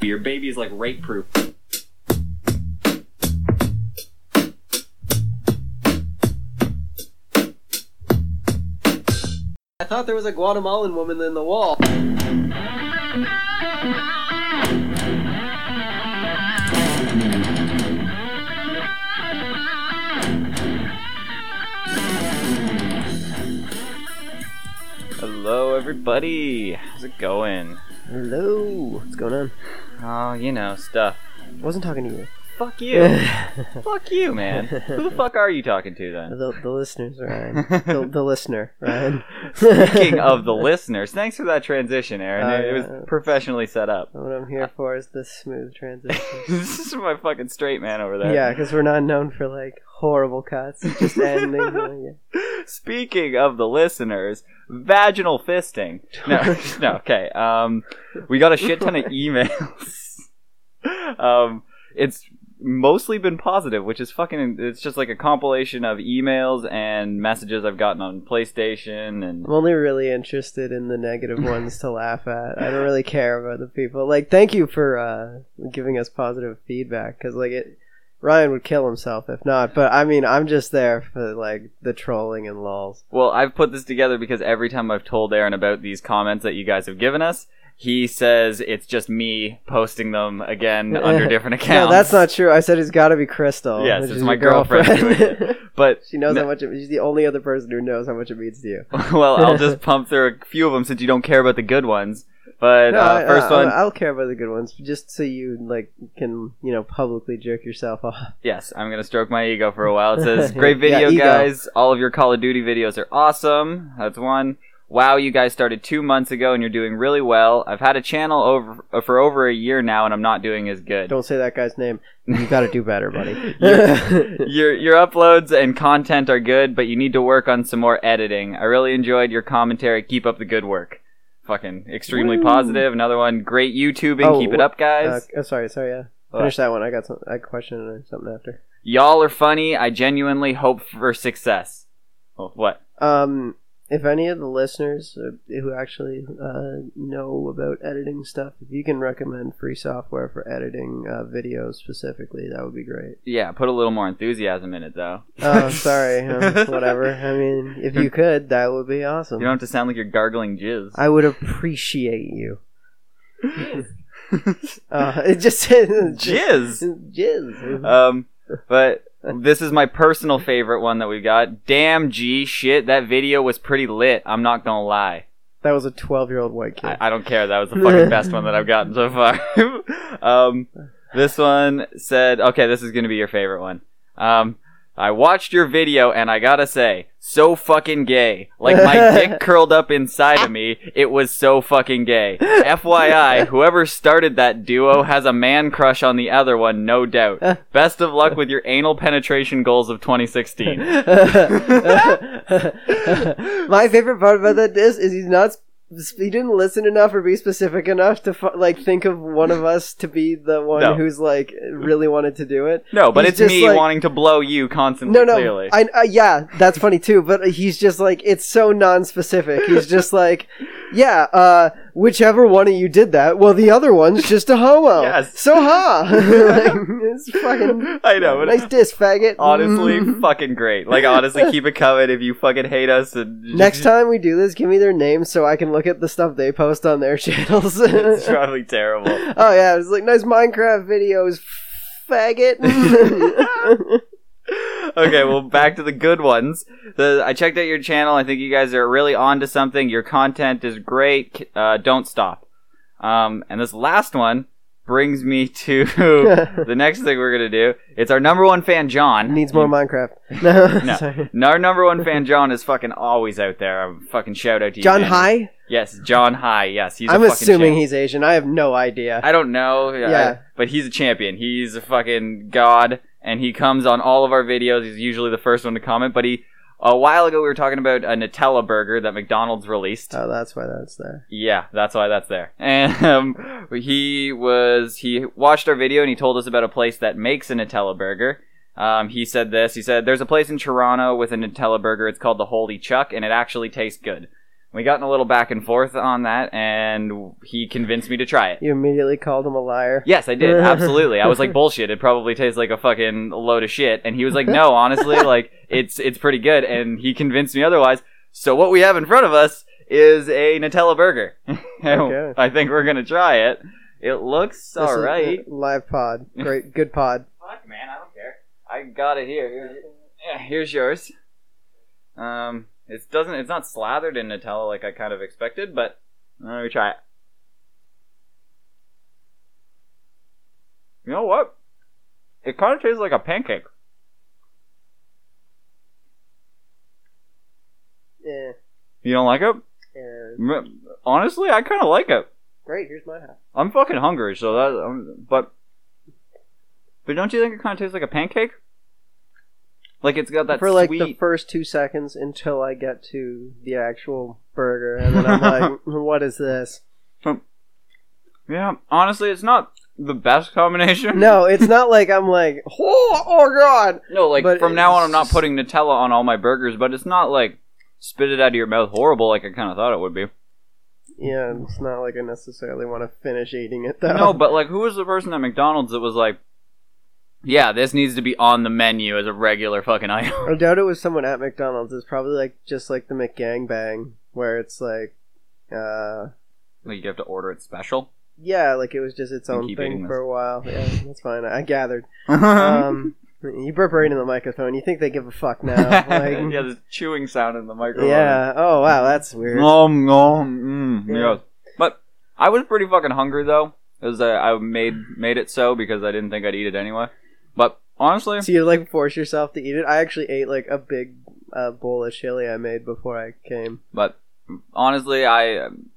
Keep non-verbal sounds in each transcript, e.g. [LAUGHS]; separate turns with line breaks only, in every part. Your baby is like rape proof.
I thought there was a Guatemalan woman in the wall.
Hello, everybody. How's it going?
Hello. What's going on?
Oh, you know, stuff.
I wasn't talking to you.
Fuck you.
[LAUGHS] the,
fuck you, man. Who the fuck are you talking to then?
the listeners, Ryan. The, the listener, Ryan.
Speaking of the listeners, thanks for that transition, Aaron.
Oh,
it, it
yeah.
was professionally set up. [LAUGHS]
What I'm here for is this smooth transition.
this is my fucking straight man over there.
yeah, because we're not known for like horrible cuts. Just ending. like,
Speaking of the listeners, vaginal fisting. No, [LAUGHS] no, okay. Um, we got a shit ton of emails. um, it's mostly been positive, which is fucking. It's just like a compilation of emails and messages I've gotten on PlayStation and.
I'm only really interested in the negative ones to laugh at. I don't really care about the people. Like, thank you for uh, giving us positive feedback because, like, it Ryan would kill himself if not. But I mean, I'm just there for like the trolling and lols.
Well, I've put this together because every time I've told Aaron about these comments that you guys have given us, he says it's just me posting them
[LAUGHS]
again under different accounts.
No, that's not true. I said it's got to be Crystal.
Yes,
which
it's
is
my
your girlfriend.
girlfriend But
[LAUGHS]
[LAUGHS]
she knows
No.
how much. It, she's the only other person who knows how much it means to you.
well, I'll
[LAUGHS]
just pump through a few of them since you don't care about the good ones. But
No,
uh,
I-
first
I,
one,
I, will care about the good ones, just so you like can you know publicly jerk yourself off.
yes, I'm gonna stroke my ego for a while. It
[LAUGHS]
says, "Great
Yeah,
video,
ego.
guys! All of your Call of Duty videos are awesome." That's one. Wow, you guys started two months ago and you're doing really well. I've had a channel over uh, for over a year now, and I'm not doing as good.
Don't say that guy's name. You got to do
[LAUGHS]
better, [LAUGHS] buddy.
your your uploads and content are good, but you need to work on some more editing. I really enjoyed your commentary. Keep up the good work. Fucking extremely
Woo.
positive. Another one, great YouTubing.
Oh,
Keep it
wh-
up,
Uh,
guys.
oh, sorry, sorry. Yeah,
What?
finish that one. I got some. I questioned something after.
Y'all are funny. I genuinely hope for success. Oh, what?
Um, if any of the listeners uh, who actually uh, know about editing stuff, if you can recommend free software for editing uh, videos specifically, that would be great.
Yeah, put a little more enthusiasm in it, though.
Oh, sorry.
[LAUGHS]
Um, whatever. I mean, if you could, that would be
You
awesome.
don't have to sound like you're gargling jizz.
I would appreciate you. [LAUGHS] Uh, it just
[LAUGHS]
says
jizz. [LAUGHS]
Jizz.
Um, but this is my personal favorite one that we got. Damn, G, shit, that video was pretty lit. I'm not gonna lie.
that was a twelve-year-old white kid.
I, I don't care. That was the
[LAUGHS]
fucking best one that I've gotten so far. [LAUGHS] um, this one said, okay, this is going to be your favorite one. Um, I watched your video and I gotta say, so fucking gay. Like my
[LAUGHS]
dick curled up inside of me. It was so fucking gay. FYI, whoever started that duo has a man crush on the other one, no
[LAUGHS]
doubt. Best of luck with your anal penetration goals of 2016.
My favorite part about that is, is he's not. sp- He didn't listen enough or be specific enough to fu- like think of one of us to be the one
No.
who's like really wanted to do it.
No, but
He's
it's
just
me
like-
wanting to blow you constantly.
No, no,
Mm, clearly.
I, uh, yeah, that's funny too. But he's just like it's so non-specific. He's just like, yeah, uh, whichever one of you did that, well, the other one's just a homo.
Yes.
So ha,
[LAUGHS]
[LAUGHS] like, it's fucking.
I know, but
nice diss, faggot.
honestly
Mm.
fucking great like honestly keep it coming if you fucking hate us and
[LAUGHS] Next time we do this, give me their names so I can look at the stuff they post on their [LAUGHS] channels.
[LAUGHS] it's
[LAUGHS] oh
probably terrible
yeah, it's like nice Minecraft videos, faggot. [LAUGHS]
okay well back to the good ones the, i checked out your channel i think you guys are really on to something your content is great uh, don't stop um, and this last one brings me [LAUGHS]
[LAUGHS]
to the next thing we're gonna do it's our number one fan john
Needs more Minecraft. [LAUGHS] No,
No.
sorry.
our number one fan john is fucking always out there i fucking shout out to you
John
man.
High.
yes john high yes he's a
I'm
fucking
assuming
champ.
he's Asian. I have no idea.
[LAUGHS] I don't know.
Yeah.
I- but he's a champion. He's a fucking god, and he comes on all of our videos. He's usually the first one to comment. But he, a while ago, we were talking about a Nutella burger that McDonald's released.
Oh, that's why that's there.
yeah, that's why that's there. [LAUGHS] And um, he was he watched our video and he told us about a place that makes a Nutella burger. Um, he said this. He said, "There's a place in Toronto with a Nutella burger. It's called the Holy Chuck, and it actually tastes good." We got in a little back and forth on that, and he convinced me to try it.
You immediately called him a liar.
Yes, I did. Absolutely. I was
[LAUGHS]
like, bullshit. It probably tastes like a fucking load of shit. And he was like, no, honestly, like it's it's pretty good. And he convinced me otherwise. So what we have in front of us is a Nutella burger. [LAUGHS] And
Okay.
I think we're gonna try it. It looks
This is
all
a
right. [LAUGHS]
Live pod. Great. Good pod.
Fuck, man, I don't care. I got it here. Here's, yeah, here's yours. Um, it doesn't. It's not slathered in Nutella like I kind of expected, but let me try it. You know what? It kind of tastes like a pancake.
Yeah.
You don't like it?
yeah.
M- Honestly, I kind of like it.
eh, Great. Here's my half.
I'm fucking hungry, so that. Um, but, but don't you think it kind of tastes like a pancake? Like it's got that
For like
sweet.
the first two seconds until I get to the actual burger, and then
[LAUGHS]
I'm like, "What is this?"
Yeah, honestly, it's not the best combination.
No, it's not like I'm like, "Oh, oh god."
no, like
but
from now on, I'm not
it's-
putting Nutella on all my burgers, but it's not like spit it out of your mouth horrible like I kind of thought it would be.
Yeah, it's not like I necessarily want to finish eating it though.
No, but like, who was the person at McDonald's that was like, "Yeah, this needs to be on the menu as a regular fucking item." [LAUGHS]
I doubt it was someone at McDonald's. It's probably like just like the McGangbang, where it's like, uh,
like you have to order it special.
yeah, like it was just its
You
own
keep
thing
eating
for a while. Yeah, that's fine. I gathered.
um,
[LAUGHS]
[LAUGHS]
Um, you burp right into the microphone. You think they give a fuck now? Like,
yeah, the chewing sound in the microphone.
yeah. Oh wow, that's weird.
Nom nom. Mm,
Yeah.
yes. But I was pretty fucking hungry though, because I, I made made it so because I didn't think I'd eat it anyway. But honestly,
So you like force yourself to eat it. I actually ate like a big uh, bowl of chili I made before I came.
but honestly, I um,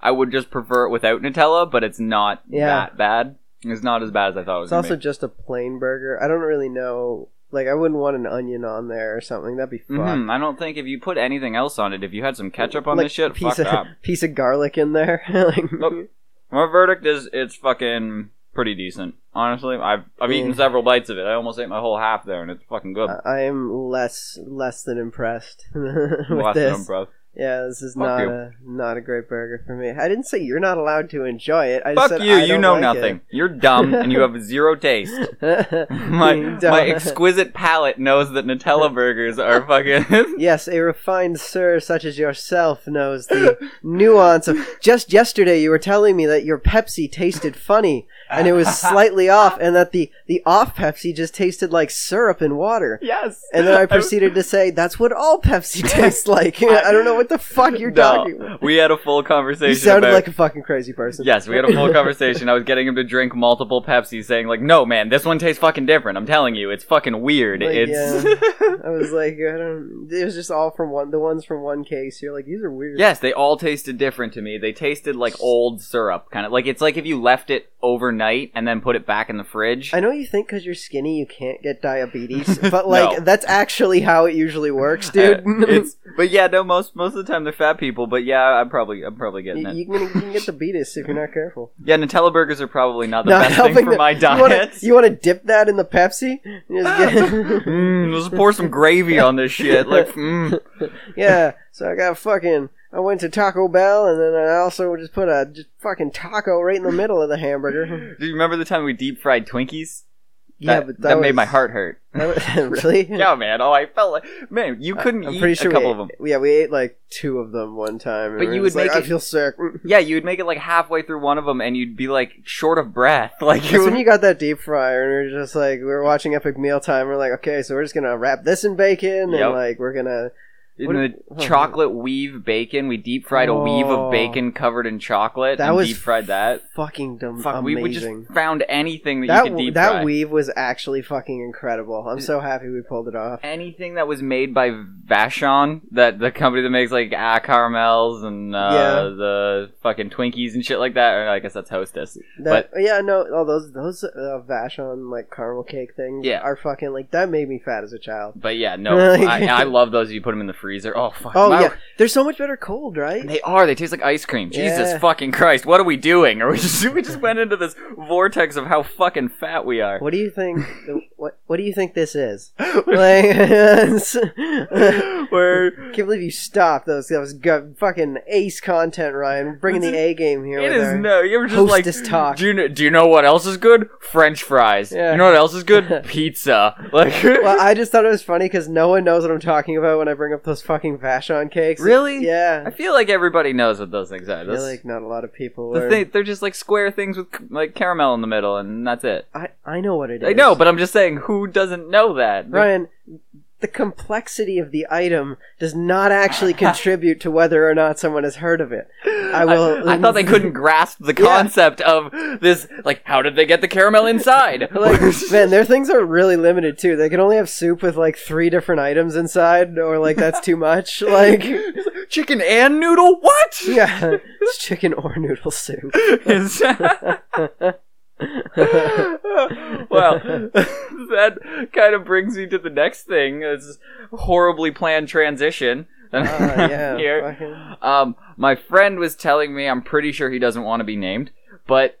I would just prefer it without Nutella, but it's not
Yeah.
that bad. It's not as bad as I thought it was.
It's
gonna
also just a plain burger. I don't really know. Like I wouldn't want an onion on there or something. That'd be
be.
fucked.
Mhm, I don't think if you put anything else on it, if you had some ketchup on
Like,
this shit,
piece
fuck
of
that.
[LAUGHS] piece of garlic in there. [LAUGHS] like,
Nope. My verdict is it's fucking pretty decent. Honestly, I've I've eaten
Yeah. Uh,
several bites of it. I almost ate my whole half there, and it's fucking good.
I- I am less less than impressed [LAUGHS] with
Last
this.
impressed.
yeah, this is
Fuck
not
you.
a not a great burger for me. I didn't say you're not allowed to enjoy it. I just
Fuck
said
you,
I
you
don't
know
like
nothing. You're dumb and you have zero
[LAUGHS]
taste.
it.
My
You don't-
my exquisite palate knows that Nutella burgers are fucking
Yes, a refined sir such as yourself knows the nuance of. Just yesterday, you were telling me that your Pepsi tasted funny, [LAUGHS] and
[LAUGHS]
it was slightly off, and that the the off Pepsi just tasted like syrup and water.
Yes. [LAUGHS]
And then I proceeded to say, "That's what all Pepsi tastes like." [LAUGHS] I don't know what the fuck you're
No.
talking about.
We had a full
You
conversation
sounded
about
like a fucking crazy person.
Yes, we had a full conversation. I was getting him to drink multiple Pepsi saying like, "No, man, this one tastes fucking different. I'm telling you, it's fucking weird.
Like,
it's
I was like, I don't. It was just all from one. The ones from one case. You're like, these are weird.
[LAUGHS] Yes, they all tasted different to me. They tasted like old syrup kind of. Like it's like if you left it overnight and then put it back in the fridge.
I know you think because you're skinny you can't get
[LAUGHS]
diabetes, but like
No.
that's actually how it usually works,
Uh,
[LAUGHS] dude.
it's but yeah, no, most most of the time they're fat people, but yeah, I'm probably I'm probably
you,
getting it.
you, can, you can get the beatus if you're not careful.
yeah, Nutella burgers are probably not [LAUGHS] the
Not [LAUGHS]
best thing
helping
for
the-
my
You wanna-
diet.
You [LAUGHS] want to dip that in the Pepsi? You just get-
[LAUGHS]
[LAUGHS]
Mm, let's pour some gravy on this shit. Like, mm.
yeah. So I got fucking. I went to Taco Bell, and then I also just put a just fucking taco right in the middle of the hamburger.
do you remember the time we deep fried Twinkies?
[LAUGHS] yeah,
That-
but
that made
was-
my heart hurt.
[LAUGHS]
[LAUGHS]
that was- really?
Yeah, man. Oh, I felt like man, you couldn't
I'm
eat
pretty sure
a couple
we
of them.
ate, Yeah, we ate like two of them one time. and
But
we
you
were just
would
like,
make
I
it-
feel sick.
Yeah, you would make it like halfway through one of them, and you'd be like short of breath. [LAUGHS] Like
That's
you,
when you got that deep fryer, and we are just like, we were watching Epic Meal Time. We're like, okay, so we're just gonna wrap this in bacon,
Yep.
and like we're gonna
in
what-
the chocolate weave bacon. We deep fried a weave
Oh.
of bacon covered in chocolate.
That
and
was
deep fried that.
fucking dumb,
Fuck, we,
amazing.
we just found anything that,
that
you could
w-
deep
that
fry.
weave was actually fucking incredible. I'm so happy we pulled it off.
anything that was made by Vachon, that the company that makes like ah caramels and uh,
Yeah.
the fucking Twinkies and shit like that. Or I guess that's Hostess.
That yeah, no, all those those uh, Vachon like caramel cake things
Yeah.
are fucking like that made me fat as a child.
But yeah,
[LAUGHS]
no, I, I love those. You put them in the freezer. Oh fuck.
Oh
my-
yeah, they're so much better cold, right?
They are. They taste like ice cream.
Yeah.
Jesus fucking Christ! What are we doing? Are we just [LAUGHS] we just went into this vortex of how fucking fat we are? [LAUGHS]
What [LAUGHS] do you think? what what do you think this is? Like,
Word.
Can't believe you stopped those. That was good, fucking ace content, Ryan. Bringing the A game here.
It
with
is
our-
no. You ever just like
Hostess talk.
Do you know, do you know what else is good? French fries.
Yeah.
You know what else is good?
[LAUGHS]
Pizza. Like
[LAUGHS]
[LAUGHS]
well, I just thought it was funny because no one knows what I'm talking about when I bring up those fucking Vachon cakes.
really?
Yeah.
I feel like everybody knows what those things
I
are.
feel
Those,
like not a lot of people.
the
are-
thing, they're just like square things with c- like caramel in the middle, and that's it.
I I know what it is.
I know, but I'm just saying, who doesn't know that?
Ryan, the complexity of the item does
[LAUGHS]
not actually contribute to whether or not someone has heard of it. I will.
I,
[LAUGHS]
thought they couldn't grasp the
Yeah.
concept of this. Like, how did they get the caramel inside?
[LAUGHS] Like,
[LAUGHS]
man, their things are really limited too. They can only have soup with like three different items inside, or like that's too much.
[LAUGHS]
Like,
chicken and noodle? What?
yeah, it's chicken or noodle soup.
[LAUGHS]
[LAUGHS]
Is-
Uh,
well, [LAUGHS] that kind of brings me to the next thing. It's horribly planned transition.
Uh, yeah,
[LAUGHS] Here.
fucking-
Um, my friend was telling me, I'm pretty sure he doesn't want to be named, but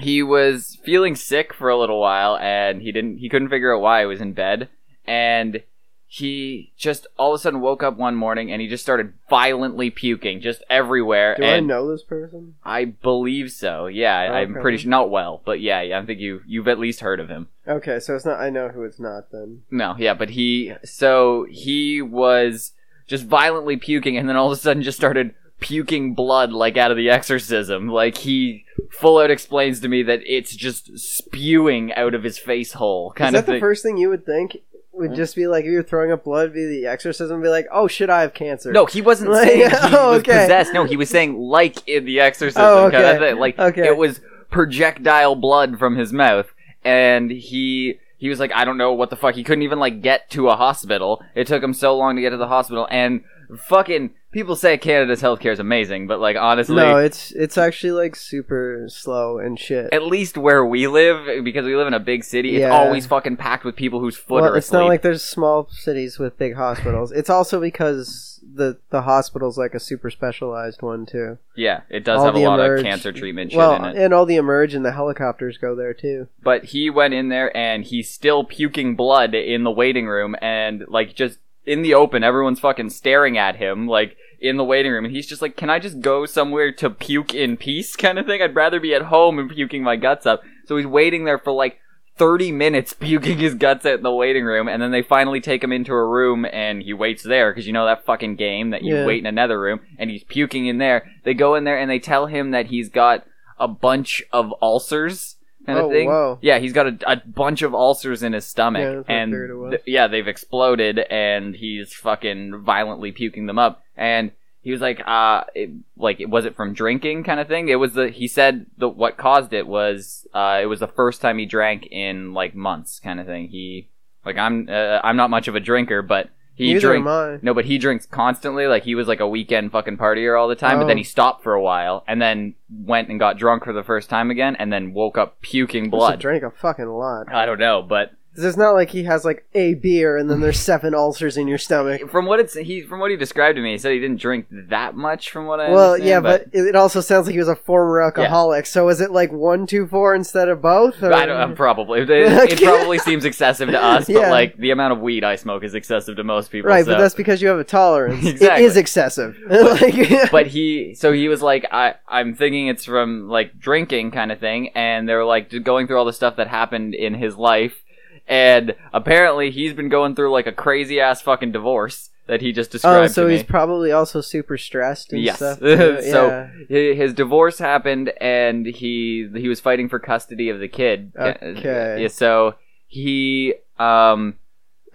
he was feeling sick for a little while and he didn't he couldn't figure out why he was in bed and he just all of a sudden woke up one morning and he just started violently puking just everywhere
Do
and
I know this person?
I believe so. Yeah, I- I'm
Okay.
pretty sure. Not well, but yeah, yeah, I think you you've at least heard of him.
Okay, so it's not. I know who it's not then.
No, yeah, but he so he was just violently puking, and then all of a sudden just started puking blood like out of the exorcism. Like he full out explains to me that it's just spewing out of his face hole,
Is
kind
that
of thing.
the first thing you would think?
Hmm?
Would just be like if you were throwing up blood, be the exorcism, be like, oh shit, I have cancer.
no, he wasn't
Like, [LAUGHS]
saying he
oh,
was
okay.
possessed. No, he was saying like in the exorcism.
Oh,
kind of
okay.
thing. Like
Okay.
it was projectile blood from his mouth, and he he was like, I don't know what the fuck. He couldn't even like get to a hospital. It took him so long to get to the hospital, and fucking people say Canada's healthcare is amazing, but like honestly.
No, it's it's actually like super slow and shit.
at least where we live, because we live in a big city, it's
Yeah.
always fucking packed with people whose foot
Well,
are
it's
asleep.
not like there's small cities with big hospitals. It's also because the the hospital's like a super specialized one too.
yeah, it does
all
have a
the
lot
emerge-
of cancer treatment shit
well,
in it.
and all the emerge and the helicopters go there too.
but he went in there and he's still puking blood in the waiting room and like just in the open everyone's fucking staring at him like in the waiting room and he's just like can i just go somewhere to puke in peace [LAUGHS] kind of thing i'd rather be at home and puking my guts up so he's waiting there for like 30 minutes [LAUGHS] puking his guts out in the waiting room and then they finally take him into a room and he waits there because you know that fucking game that you
Yeah.
wait in another room and he's puking in there they go in there and they tell him that he's got a bunch of ulcers kind of
oh,
thing
whoa.
yeah, he's got a, a bunch of ulcers in his
Yeah,
stomach,
that's what I
and
figured it was.
th- yeah, they've exploded, and he's fucking violently puking them up. And he was like, uh, it, like it was it from drinking kind of thing. It was the he said the what caused it was uh, it was the first time he drank in like months kind of thing. He like I'm uh, I'm not much of a drinker, but he
Neither
drank
am I.
no, but he drinks constantly. Like he was like a weekend fucking partier all the time. But
Oh.
then he stopped for a while, and then went and got drunk for the first time again, and then woke up puking
I used to
blood.
drink a fucking lot.
I don't know, but
'Cause It's not like he has like a beer and
[LAUGHS]
then there's seven ulcers in your stomach.
from what it's he from what he described to me, he said he didn't drink that much. From what I
Well,
understand,
yeah, but, it it also sounds like he was a former alcoholic. So is it like one, two, four instad of both? Or...
I don't, uh,
[LAUGHS]
probably it, it probably seems excessive to us, but
Yeah.
like the amount of weed I smoke is excessive to most people.
right,
so-
but that's [LAUGHS] because you have a
[LAUGHS]
tolerance.
Exactly.
It
[LAUGHS]
is excessive. [LAUGHS] like,
but he so he was like I I'm thinking it's from like drinking kind of thing and they're like just going through all the stuff that happened in his life and apparently he's been going through like a crazy ass fucking divorce that he just
oh,
described
so
to
he's
me.
probably also super stressed and
Yes. [LAUGHS]
stuff.
So-
too. yeah.
Hi- His divorce happened and he he was fighting for custody of the kid.
Okay.
Yeah, so he um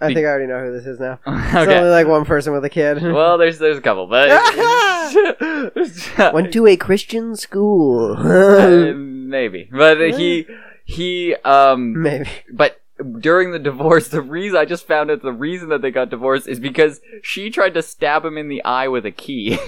[LAUGHS]
I think I already know who this is now. There's
okay.
only like one person with a kid.
well, there's there's a couple, but
[LAUGHS] Went to a Christian school.
[LAUGHS] Uh, maybe, but he he um.
[LAUGHS] Maybe.
But during the divorce, the reason I just found out the reason that they got divorced is because she tried to stab him in the eye with a key.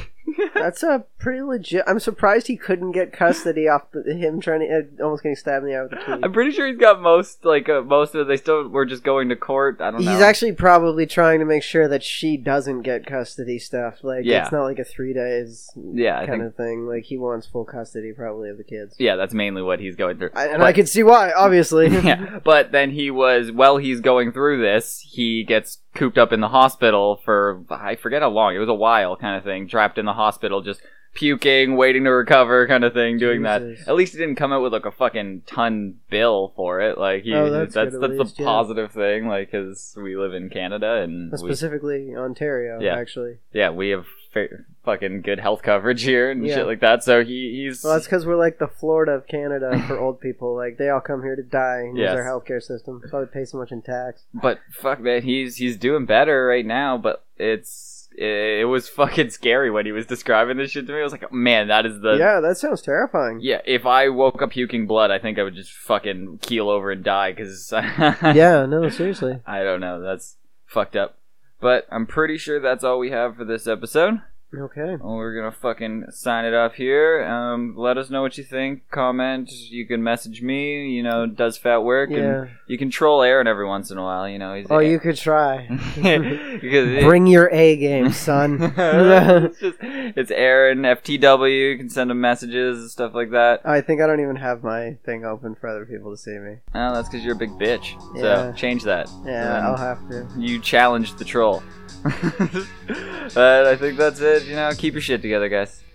That's a pretty legit. I'm surprised he couldn't get custody off the, him trying to uh, almost getting stabbed in the eye with a
[LAUGHS] I'm
key.
pretty sure he's got most like uh, most of it. They still were just going to court. I don't know.
He's actually probably trying to make sure that she doesn't get custody stuff. Like
Yeah.
it's not like a three days
yeah, I
kind
think
of thing. Like he wants full custody probably of the kids.
yeah, that's mainly what he's going through.
I, [LAUGHS] and
But-
I could see why,
[LAUGHS]
obviously. [LAUGHS]
yeah, but then he was while he's going through this, he gets cooped up in the hospital for I forget how long. It was a while, kind of thing. Trapped in the hospital, just puking, waiting to recover, kind of thing. Doing
Jesus.
that. At least he didn't come out with like a fucking ton bill for it. Like he,
Oh,
that's
that's
that's,
good, at least,
the
yeah.
positive thing. Like because we live in Canada and we,
Specifically Ontario,
Yeah.
actually.
yeah, we have fa- fucking good health coverage here and
Yeah.
shit like that. So he, he's
Well, that's because we're like the Florida of Canada for old people. Like they all come here to die and use our
Yes.
healthcare system. That's why we pay so much in tax.
But fuck, man, he's he's doing better right now. But it's it, was fucking scary when he was describing this shit to me. I was like, man, that is the
yeah, that sounds terrifying.
Yeah, If I woke up puking blood, I think I would just fucking keel over and die [LAUGHS] because
[LAUGHS] yeah, no, seriously.
I don't know. That's fucked up. But I'm pretty sure that's all we have for this episode.
Okay.
Well, we're gonna fucking sign it off here. Um, let us know what you think. Comment. You can message me. You know, does fat work? And [LAUGHS]
Yeah.
you can troll Aaron every once in a while. You know, he's
Oh, you could try. [LAUGHS]
because
Bring [LAUGHS] your A game, son.
[LAUGHS]
[LAUGHS]
it's just it's Aaron FTW. You can send him messages and stuff like that.
I think I don't even have my thing open for other people to see me.
Oh, that's because you're a big bitch. So
Yeah.
change that.
Yeah,
Um,
I'll have to.
You [LAUGHS] challenged the troll. but I think that's it. You know, keep your shit together, guys.